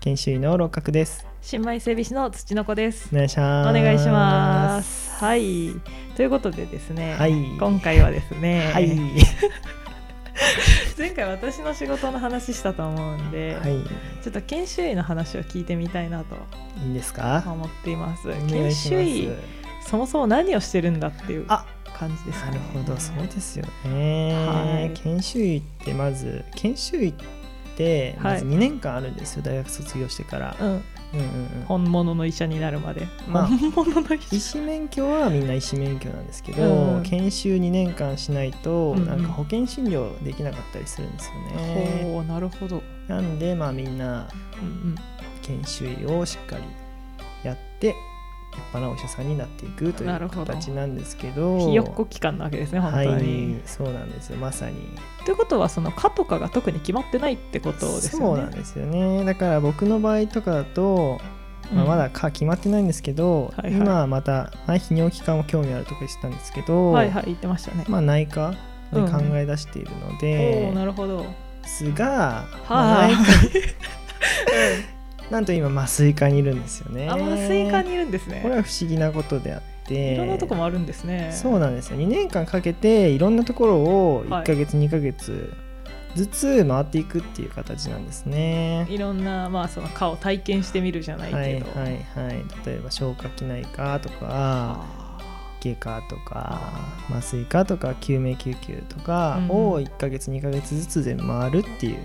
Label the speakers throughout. Speaker 1: 研修医の六角です
Speaker 2: 新米整備士の土の子です
Speaker 1: お願いし
Speaker 2: お
Speaker 1: ます
Speaker 2: 願いしますはいということでですね、
Speaker 1: はい
Speaker 2: 今回はですね、
Speaker 1: はい
Speaker 2: 前回私の仕事の話したと思うんで、
Speaker 1: はい
Speaker 2: ちょっと研修医の話を聞いてみたいなと
Speaker 1: いいんですか
Speaker 2: 思っています
Speaker 1: お願
Speaker 2: 研
Speaker 1: いし
Speaker 2: 修
Speaker 1: ま
Speaker 2: 医
Speaker 1: す
Speaker 2: そもそも何をしてるんだっていう
Speaker 1: あ
Speaker 2: 感じです
Speaker 1: な
Speaker 2: かね
Speaker 1: るほどそうですよね、
Speaker 2: はい
Speaker 1: 研修医ってまず研修医ってまず
Speaker 2: は
Speaker 1: 2年間あるんですよ、大学卒業してから、
Speaker 2: うん
Speaker 1: うんうんうん
Speaker 2: 本物の医者になるまで、
Speaker 1: まあ
Speaker 2: 本物の医者
Speaker 1: 医師免許はみんな医師免許なんですけど、
Speaker 2: うん
Speaker 1: 研修2年間しないと
Speaker 2: うんうん
Speaker 1: なんか保険診療できなかったりするんですよね、
Speaker 2: ほうなるほど、
Speaker 1: なんでまあみんな
Speaker 2: うん
Speaker 1: 研修医をしっかりやって立派なお医者さんになっていくとい
Speaker 2: なる
Speaker 1: う
Speaker 2: ほど
Speaker 1: 形なんですけ
Speaker 2: う
Speaker 1: ど
Speaker 2: ん、ひよっこ期間なわけですね本当に、
Speaker 1: はいそうなんですよまさに
Speaker 2: ということはその科とかが特に決まってないってことです
Speaker 1: そ
Speaker 2: よ
Speaker 1: う
Speaker 2: ね
Speaker 1: なんですよねだから僕の場合とかだと、まあ、
Speaker 2: うん
Speaker 1: まだか決まってないんですけど、
Speaker 2: はいはい
Speaker 1: 今また、まあ、泌尿器科も興味あるとか言ってたんですけど、
Speaker 2: はいはい言ってましたね、
Speaker 1: まあ、内科で
Speaker 2: うん
Speaker 1: 考え出しているの
Speaker 2: お
Speaker 1: で
Speaker 2: お、なるほどは
Speaker 1: ですが、まあ
Speaker 2: あ、
Speaker 1: 内科 なんと今麻酔科にいるんですよね。
Speaker 2: あ麻酔科にいるんですね
Speaker 1: これは不思議なことであって
Speaker 2: いろんなとこもあるんですね
Speaker 1: そうなんですよ2年間かけていろんなところを1
Speaker 2: はい
Speaker 1: ヶ月2ヶ月ずつ回っていくっていう形なんですね。
Speaker 2: いろんなまあその科を体験してみるじゃない
Speaker 1: はいはい
Speaker 2: けど、
Speaker 1: はい例えば消化器内科とか
Speaker 2: あ
Speaker 1: 外科とか麻酔科とか救命救急とか
Speaker 2: うんう
Speaker 1: を
Speaker 2: ん
Speaker 1: 1ヶ月2ヶ月ずつ全部回るっていう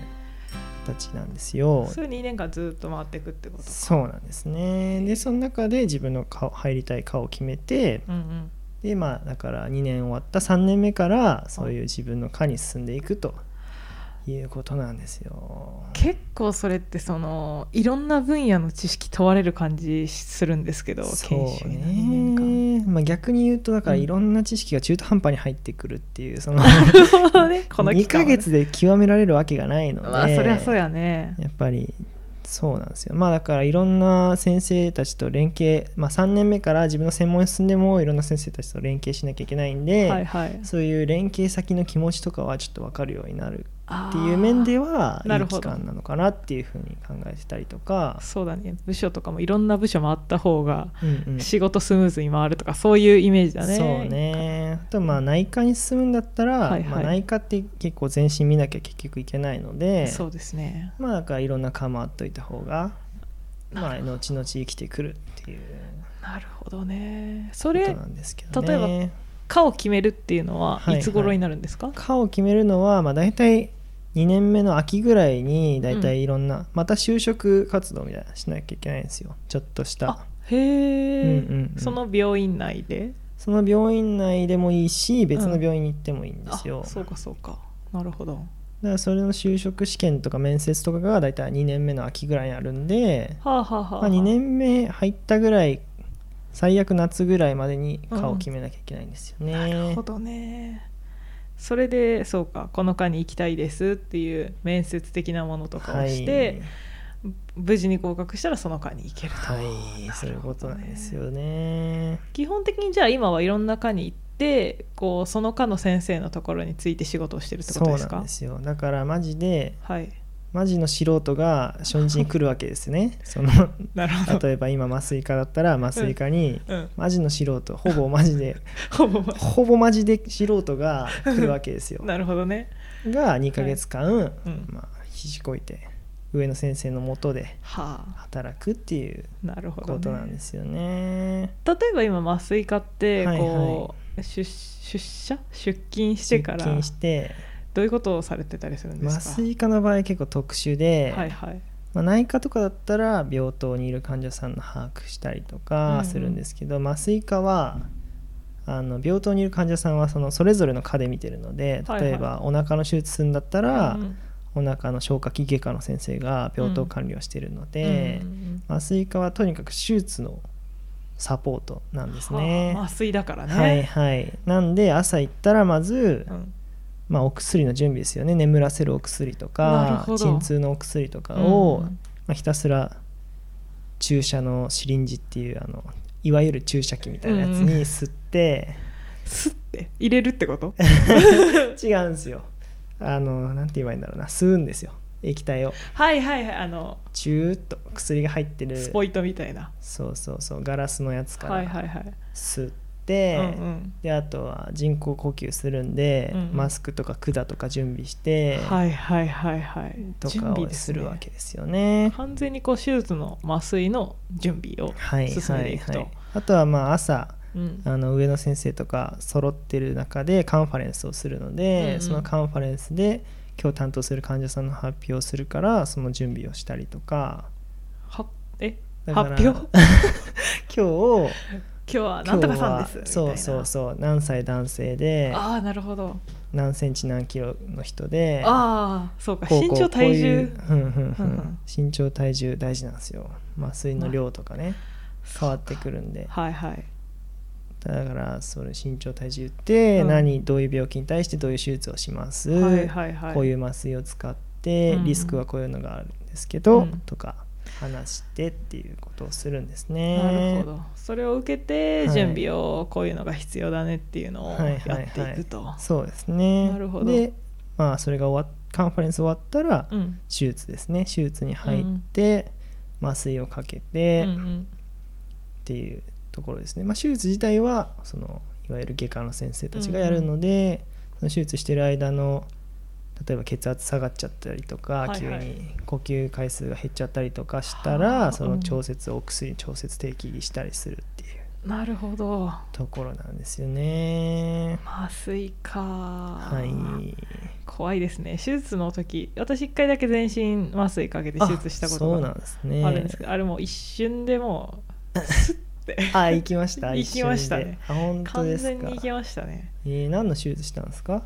Speaker 1: 形なんです
Speaker 2: ー
Speaker 1: よ。
Speaker 2: それ2年間ずっと回っていくってこと
Speaker 1: そうなんですねでその中で自分の顔入りたい顔を決めて
Speaker 2: うん
Speaker 1: でまあだから2年終わった3年目からそういう自分の科に進んでいくということなんですよ。
Speaker 2: 結構それってそのいろんな分野の知識問われる感じするんですけど研修の2年間
Speaker 1: ね、まあ、逆に言うとだから
Speaker 2: うん
Speaker 1: いろんな知識が中途半端に入ってくるっていう、そ の
Speaker 2: なるほどねこの
Speaker 1: 2
Speaker 2: 期
Speaker 1: ヶ
Speaker 2: 間はね
Speaker 1: 月で極められるわけがないので、
Speaker 2: まあそりゃそうやね
Speaker 1: やっぱりそうなんですよまあだからいろんな先生たちと連携、まあ、3年目から自分の専門に進んでもいろんな先生たちと連携しなきゃいけないんで、
Speaker 2: はいはい
Speaker 1: そういう連携先の気持ちとかはちょっと分かるようになる
Speaker 2: あー
Speaker 1: っていう面では
Speaker 2: あーないる
Speaker 1: い
Speaker 2: ほ
Speaker 1: 期
Speaker 2: ど
Speaker 1: 間なのかなっていうふうに考えてたりとか、
Speaker 2: そうだね部署とかもいろんな部署回った方が
Speaker 1: うんうん
Speaker 2: 仕事スムーズに回るとかそういうイメージだね。
Speaker 1: そうねあとまあ内科に進むんだったら、
Speaker 2: はいはい
Speaker 1: まあ、内科って結構全身見なきゃ結局いけないので
Speaker 2: そうですね。
Speaker 1: まあだからいろんな科もあっといた方が、まあ、後々生きてくるっていう
Speaker 2: なるほどね。そ
Speaker 1: こと
Speaker 2: れ
Speaker 1: なんですけどね。
Speaker 2: 例え科を決めるっていうのは
Speaker 1: はいはい
Speaker 2: いつ頃になるんですか？
Speaker 1: 科を決めるのは、まあ、大体2年目の秋ぐらいに大
Speaker 2: う
Speaker 1: 体
Speaker 2: ん
Speaker 1: いろんな、また就職活動みたいなのしなきゃいけないんですよちょっとした
Speaker 2: あへえ、
Speaker 1: うんうんうん
Speaker 2: その病院内で。
Speaker 1: その病院内でもいいし別の病院に行ってもいいんですよ、
Speaker 2: あそうかそうか。なるほど。
Speaker 1: だからそれの就職試験とか面接とかが大体2年目の秋ぐらいにあるんで、
Speaker 2: はあ、はあはあ、
Speaker 1: まあ、2年目入ったぐらい最悪夏ぐらいまでに科を決めなきゃいけないんですよね、
Speaker 2: なるほどね。それでそうかこの科に行きたいですっていう面接的なものとかをして、無事に合格したらその科に行けると。
Speaker 1: はい、はい
Speaker 2: なるほどね
Speaker 1: そういうことなんですよね
Speaker 2: 基本的にじゃあ今はいろんな科に行ってこうその科の先生のところについて仕事をしてるってこ
Speaker 1: そ
Speaker 2: と
Speaker 1: う
Speaker 2: です
Speaker 1: な
Speaker 2: か
Speaker 1: んですよだからマジで
Speaker 2: はい
Speaker 1: マジの素人が初日に来るわけです ねその
Speaker 2: なるほど、
Speaker 1: 例えば今麻酔科だったら麻酔科に、
Speaker 2: うん、
Speaker 1: マジの素人ほぼマジで
Speaker 2: ほぼ
Speaker 1: ほぼマジで素人が来るわけです よ
Speaker 2: なるほどね
Speaker 1: が2ヶ月間、
Speaker 2: うん
Speaker 1: まあ、ひじこいて上野先生のもとで
Speaker 2: はあ
Speaker 1: 働くっていう
Speaker 2: なるほど、
Speaker 1: ことなん
Speaker 2: ね
Speaker 1: で、すよね。
Speaker 2: 例えば今麻酔科って
Speaker 1: はいはい
Speaker 2: こう、出出社出勤して
Speaker 1: 出
Speaker 2: から
Speaker 1: 勤して
Speaker 2: どういうことをされてたりするんです
Speaker 1: 麻
Speaker 2: か
Speaker 1: 酔科の場合結構特殊で、
Speaker 2: はいはい
Speaker 1: まあ、内科とかだったら病棟にいる患者さんの把握したりとかするんですけど、麻酔科はあの病棟にいる患者さんはそのそれぞれの科で見てるので
Speaker 2: はいはい
Speaker 1: 例えばお腹の手術するんだったら、
Speaker 2: うん
Speaker 1: お腹の消化器外科の先生が病棟管理をしているので、
Speaker 2: うんうん
Speaker 1: 麻酔科はとにかく手術のサポートなんですね。
Speaker 2: はあ麻酔だからね、
Speaker 1: はいはい、なんで朝行ったらまず、
Speaker 2: うん
Speaker 1: まあ、お薬の準備ですよね眠らせるお薬と
Speaker 2: なる
Speaker 1: か
Speaker 2: ほど
Speaker 1: 鎮痛のお薬とかを、
Speaker 2: うん
Speaker 1: まあ、ひたすら注射のシリンジっていうあのいわゆる注射器みたいなやつ
Speaker 2: うん
Speaker 1: に吸 って、
Speaker 2: スッて 入れるってこと
Speaker 1: 違うんですよあのなんて言えばいいんだろうな吸うんですよ液体を
Speaker 2: はいはいはいあの
Speaker 1: チューッと薬が入ってる
Speaker 2: スポイトみたいな
Speaker 1: そうそうそうガラスのやつか
Speaker 2: はい
Speaker 1: ら
Speaker 2: はいはい
Speaker 1: 吸って、
Speaker 2: うん
Speaker 1: であとは人工呼吸するんで、
Speaker 2: うん
Speaker 1: マスクとか管とか準備し
Speaker 2: う
Speaker 1: て、
Speaker 2: んはいはいはいはい
Speaker 1: と
Speaker 2: 準
Speaker 1: か
Speaker 2: 備
Speaker 1: を
Speaker 2: ですす
Speaker 1: る
Speaker 2: る
Speaker 1: わ
Speaker 2: わ
Speaker 1: け
Speaker 2: け
Speaker 1: ですよね。
Speaker 2: 完全にこう手術の麻酔の準備を
Speaker 1: はい
Speaker 2: 進
Speaker 1: は
Speaker 2: めて
Speaker 1: い
Speaker 2: いくと、
Speaker 1: はい、あとはまあ朝
Speaker 2: うん
Speaker 1: あの上野先生とか揃ってる中でカンファレンスをするので、
Speaker 2: うんうん
Speaker 1: そのカンファレンスで今日担当する患者さんの発表をするからその準備をしたりとか
Speaker 2: はえ
Speaker 1: だから
Speaker 2: 発表
Speaker 1: 今日
Speaker 2: 今日はな
Speaker 1: 今
Speaker 2: ん
Speaker 1: 日
Speaker 2: とかさん
Speaker 1: は
Speaker 2: ですみたいな
Speaker 1: そうそうそう何歳男性で
Speaker 2: ああなるほど、
Speaker 1: 何センチ何キロの人で
Speaker 2: ああそうか
Speaker 1: こう
Speaker 2: 身
Speaker 1: こう
Speaker 2: 長体重
Speaker 1: こういううんうん
Speaker 2: う
Speaker 1: うんん身長体重大事なんですよ麻酔の量とかね変わってくるんで
Speaker 2: はいはい
Speaker 1: だからそれ身長体重って
Speaker 2: うん
Speaker 1: 何、どういう病気に対してどういう手術をします、
Speaker 2: はいはいはい
Speaker 1: こういう麻酔を使って
Speaker 2: うん
Speaker 1: リスクはこういうのがあるんですけど、
Speaker 2: うん
Speaker 1: とか話してっていうことをするんですね。
Speaker 2: なるほどそれを受けて
Speaker 1: はい
Speaker 2: 準備をこういうのが必要だねっていうのをやっていくと、
Speaker 1: そうですね
Speaker 2: なるほど
Speaker 1: でまあそれが終わっカンファレンス終わったら
Speaker 2: うん
Speaker 1: 手術ですね手術に入って麻酔をかけて
Speaker 2: うん
Speaker 1: っ
Speaker 2: うん
Speaker 1: ていうところですね、まあ、手術自体はそのいわゆる外科の先生たちがやるので、その手術してる間の例えば血圧下がっちゃったりとか、
Speaker 2: はいはい
Speaker 1: 急に呼吸回数が減っちゃったりとかしたら、
Speaker 2: はあ
Speaker 1: その調節をお薬調節定期したりするっていう
Speaker 2: なるほど
Speaker 1: ところなんですよね。
Speaker 2: 麻酔か
Speaker 1: はい
Speaker 2: 怖いですね手術の時私1回だけ全身麻酔かけて手術したこ
Speaker 1: あそう
Speaker 2: と
Speaker 1: な
Speaker 2: が
Speaker 1: んですね
Speaker 2: あるんですけどあれもう一瞬でも
Speaker 1: あ行きました
Speaker 2: 行きました
Speaker 1: 一瞬で
Speaker 2: ね
Speaker 1: あ本
Speaker 2: う
Speaker 1: 当
Speaker 2: 完
Speaker 1: ですか
Speaker 2: 全にいきましたね
Speaker 1: えー何の手術したんですか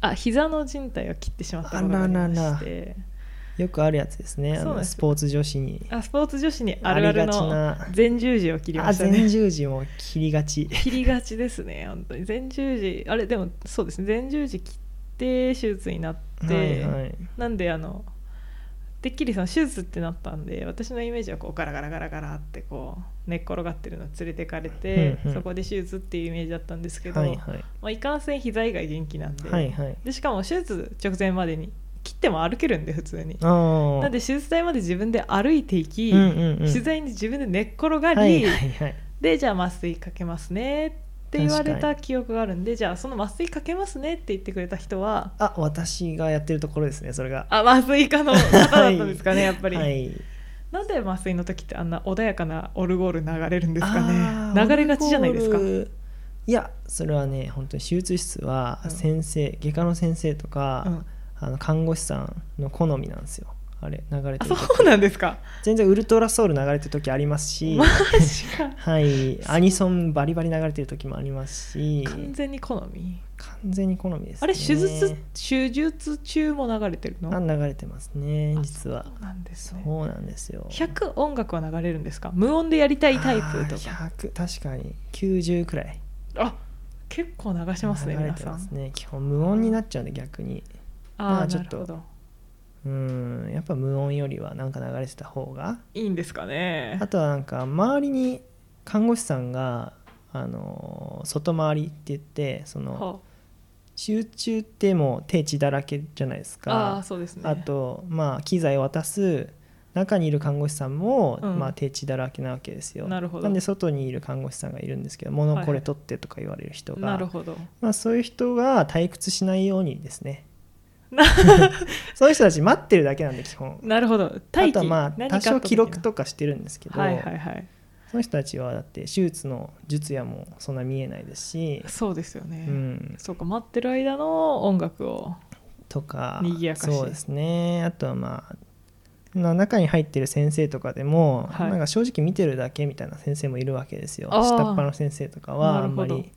Speaker 2: あ膝の靭帯を切ってしまったことがありまして
Speaker 1: よくあるやつですねあ
Speaker 2: そうなん
Speaker 1: の
Speaker 2: です
Speaker 1: スポーツ女子に
Speaker 2: あスポーツ女子にあるある
Speaker 1: あり
Speaker 2: の
Speaker 1: がちな
Speaker 2: 前十字を切りま
Speaker 1: あ
Speaker 2: したね
Speaker 1: 前十字も切りがち
Speaker 2: 切りがちですね本当に前十字あれでもそうですね前十字切って手術になって、
Speaker 1: はいはい
Speaker 2: なんであのてっきりその手術ってなったんで私のイメージはこうガラガラガラガラってこう寝っ転がってるの連れてかれて、
Speaker 1: うんうん
Speaker 2: そこで手術っていうイメージだったんですけど、
Speaker 1: はいいはい
Speaker 2: まあ、いかんせん膝以外元気なんで,、
Speaker 1: はいはい
Speaker 2: でしかも手術直前までに切っても歩けるんで普通に。
Speaker 1: あー
Speaker 2: なんで手術台まで自分で歩いていき、
Speaker 1: うんうんうん
Speaker 2: 手術台に自分で寝っ転がり、
Speaker 1: はいはいはい
Speaker 2: でじゃあ麻酔かけますねって言われた記憶があるんでじゃあその麻酔かけますねって言ってくれた人は
Speaker 1: あ私がやってるところですねそれが
Speaker 2: あ麻酔科の方だったんですかね、やっぱり、
Speaker 1: はい
Speaker 2: なんで麻酔の時ってあんな穏やかなオルゴール流れるんです
Speaker 1: あ
Speaker 2: か
Speaker 1: ー
Speaker 2: ね流れがちじゃないですか
Speaker 1: オルゴールいやそれはね本当に手術室は
Speaker 2: うん
Speaker 1: 先生、外科の先生とか、
Speaker 2: うん
Speaker 1: あの看護師さんの好みなんですよあれ流れ
Speaker 2: あ
Speaker 1: てる時
Speaker 2: そうなんですか
Speaker 1: 全然ウルトラソウル流れてる時ありますし
Speaker 2: マジか
Speaker 1: はいアニソンバリバリ流れてる時もありますし
Speaker 2: 完全に好み
Speaker 1: 完全に好みです、ね、
Speaker 2: あれ手術手術中も流れてるの
Speaker 1: あ流れてますね
Speaker 2: あ
Speaker 1: 実は
Speaker 2: そうなんですね
Speaker 1: そうなんですよ
Speaker 2: 100音楽は流れるんですか無音でやりたいタイプと
Speaker 1: あ
Speaker 2: か
Speaker 1: ー100確かに90くらい
Speaker 2: あ結構流しますね
Speaker 1: 流れ
Speaker 2: 皆
Speaker 1: て
Speaker 2: さ
Speaker 1: ま
Speaker 2: ん
Speaker 1: すね基本無音になっちゃうんで逆に
Speaker 2: あ
Speaker 1: ま
Speaker 2: あ
Speaker 1: あちょ
Speaker 2: な
Speaker 1: っ
Speaker 2: る
Speaker 1: と
Speaker 2: ほど
Speaker 1: うんやっぱ無音よりはなんか流れてた方が
Speaker 2: いいんですかね
Speaker 1: あとはなんか周りに看護師さんがあのー外回りって言ってその
Speaker 2: は
Speaker 1: 集中ってもう手血だらけじゃないです
Speaker 2: ああ
Speaker 1: か
Speaker 2: ーそうですね
Speaker 1: あとまあ機材を渡す中にいる看護師さんも、
Speaker 2: うん
Speaker 1: まあ、手血だらけなわけですよ
Speaker 2: なるほど
Speaker 1: んで外にいる看護師さんがいるんですけど「物
Speaker 2: はい
Speaker 1: これ取って」とか言われる人が、
Speaker 2: なるほど
Speaker 1: まあ、そういう人が退屈しないようにですね
Speaker 2: な
Speaker 1: そういう人たち待ってるだけなんで基本
Speaker 2: なるほど
Speaker 1: あ
Speaker 2: 待機
Speaker 1: とはまあ
Speaker 2: 何
Speaker 1: 多
Speaker 2: かあ
Speaker 1: 少
Speaker 2: った時
Speaker 1: 記録とかしてるんですけど、
Speaker 2: はいはいはい
Speaker 1: その人たちはだって手術の術やもそんな見えないですし、
Speaker 2: そうですよね、
Speaker 1: うん、
Speaker 2: そうか待ってる間の音楽を
Speaker 1: とか
Speaker 2: 賑やかしい
Speaker 1: そうですねあとはまあな中に入ってる先生とかでも、
Speaker 2: はい
Speaker 1: なんか正直見てるだけみたいな先生もいるわけですよ
Speaker 2: あー
Speaker 1: 下っ端の先生とかは
Speaker 2: な
Speaker 1: あ
Speaker 2: る
Speaker 1: ん
Speaker 2: ほ
Speaker 1: ま
Speaker 2: ど
Speaker 1: り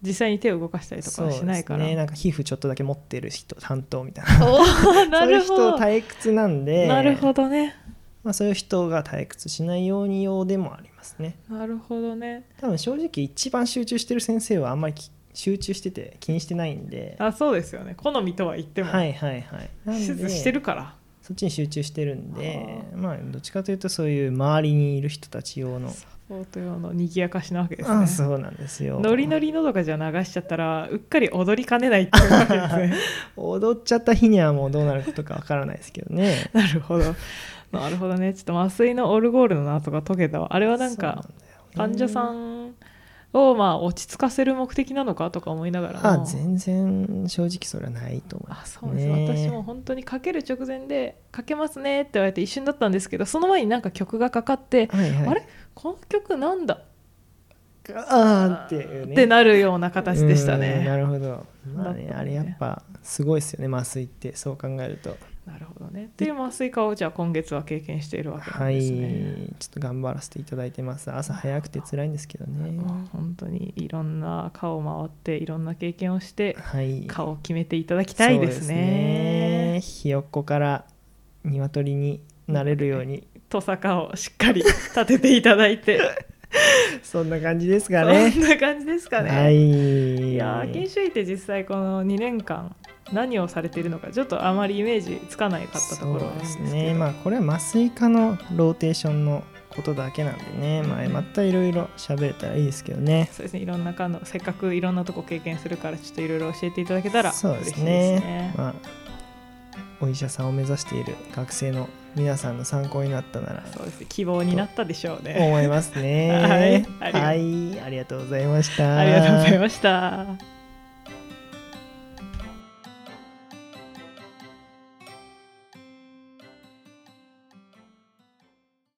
Speaker 2: 実際に手を動かしたりとかはしないから、
Speaker 1: そうですねなんか皮膚ちょっとだけ持ってる人担当みたいな
Speaker 2: おーなるほど
Speaker 1: そういう人退屈なんで
Speaker 2: なるほどね
Speaker 1: まあ、そういう人が退屈しないように用でもありますね
Speaker 2: なるほどね
Speaker 1: 多分正直一番集中してる先生はあんまりき集中してて気にしてないんで
Speaker 2: あそうですよね好みとは言っても、
Speaker 1: はいはいはいなん
Speaker 2: 手
Speaker 1: で
Speaker 2: 術してるから
Speaker 1: そっちに集中してるんで
Speaker 2: は
Speaker 1: まあどっちかというとそういう周りにいる人たち用の
Speaker 2: 大豊の賑やかしなわけです
Speaker 1: あ
Speaker 2: ね
Speaker 1: そうなんですよ
Speaker 2: ノリノリのどかじゃ流しちゃったらうっかり踊りかねないっていうわけですね
Speaker 1: 踊っちゃった日にはもうどうなることかわからないですけどね
Speaker 2: なるほどなるほどねちょっと麻酔のオルゴールの謎が解けたわあれはなんか
Speaker 1: そうなん
Speaker 2: 患
Speaker 1: だよね
Speaker 2: 者さんをまあ落ち着かせる目的なのかとか思いながらも
Speaker 1: あ全然正直それはないと思いま
Speaker 2: あ
Speaker 1: す、ね、
Speaker 2: そうです、私も本当にかける直前で「かけますね」って言われて一瞬だったんですけどその前になんか曲がかかって「
Speaker 1: はいはい、
Speaker 2: あれこの曲なんだ?」
Speaker 1: あーっていうね
Speaker 2: ってなるような形でした
Speaker 1: うん
Speaker 2: ね。
Speaker 1: なるほど、まあ
Speaker 2: だった
Speaker 1: ね、
Speaker 2: ね
Speaker 1: あれやっぱすごいですよね麻酔ってそう考えると
Speaker 2: なるほどね。っていう麻酔科をじゃあ今月は経験しているわけなん
Speaker 1: はい
Speaker 2: です
Speaker 1: ち
Speaker 2: ね。
Speaker 1: ょっと頑張らせていただいてます朝早くて辛いんですけどね
Speaker 2: まあ本当にいろんな科を回っていろんな経験をして
Speaker 1: はい
Speaker 2: 科を決めていただきたいです
Speaker 1: そう
Speaker 2: ね。
Speaker 1: ですねひよっこから鶏になれるように
Speaker 2: とさかをしっかり立てていただいて、
Speaker 1: そんな感じです
Speaker 2: そ
Speaker 1: か
Speaker 2: ん
Speaker 1: ね
Speaker 2: な感じですかね。
Speaker 1: はい
Speaker 2: いやー研修医って実際この2年間何をされているのかちょっとあまりイメージつかないかったところ
Speaker 1: そう
Speaker 2: で
Speaker 1: ですす
Speaker 2: けど
Speaker 1: ねまあこれは麻酔科のローテーションのことだけなんでね、まあ、またいろいろ喋れたらいいですけどね
Speaker 2: そうですねいろんな科のせっかくいろんなとこ経験するからちょっといろいろ教えていただけたら嬉しい
Speaker 1: そうで
Speaker 2: ですす
Speaker 1: ね
Speaker 2: ね。
Speaker 1: まあ、お医者さんを目指している学生の皆さんの参考になったなら
Speaker 2: そうですね希望になったでしょうね。
Speaker 1: 思いますね
Speaker 2: はい
Speaker 1: はい、ありがとうございました
Speaker 2: ありがとうございました。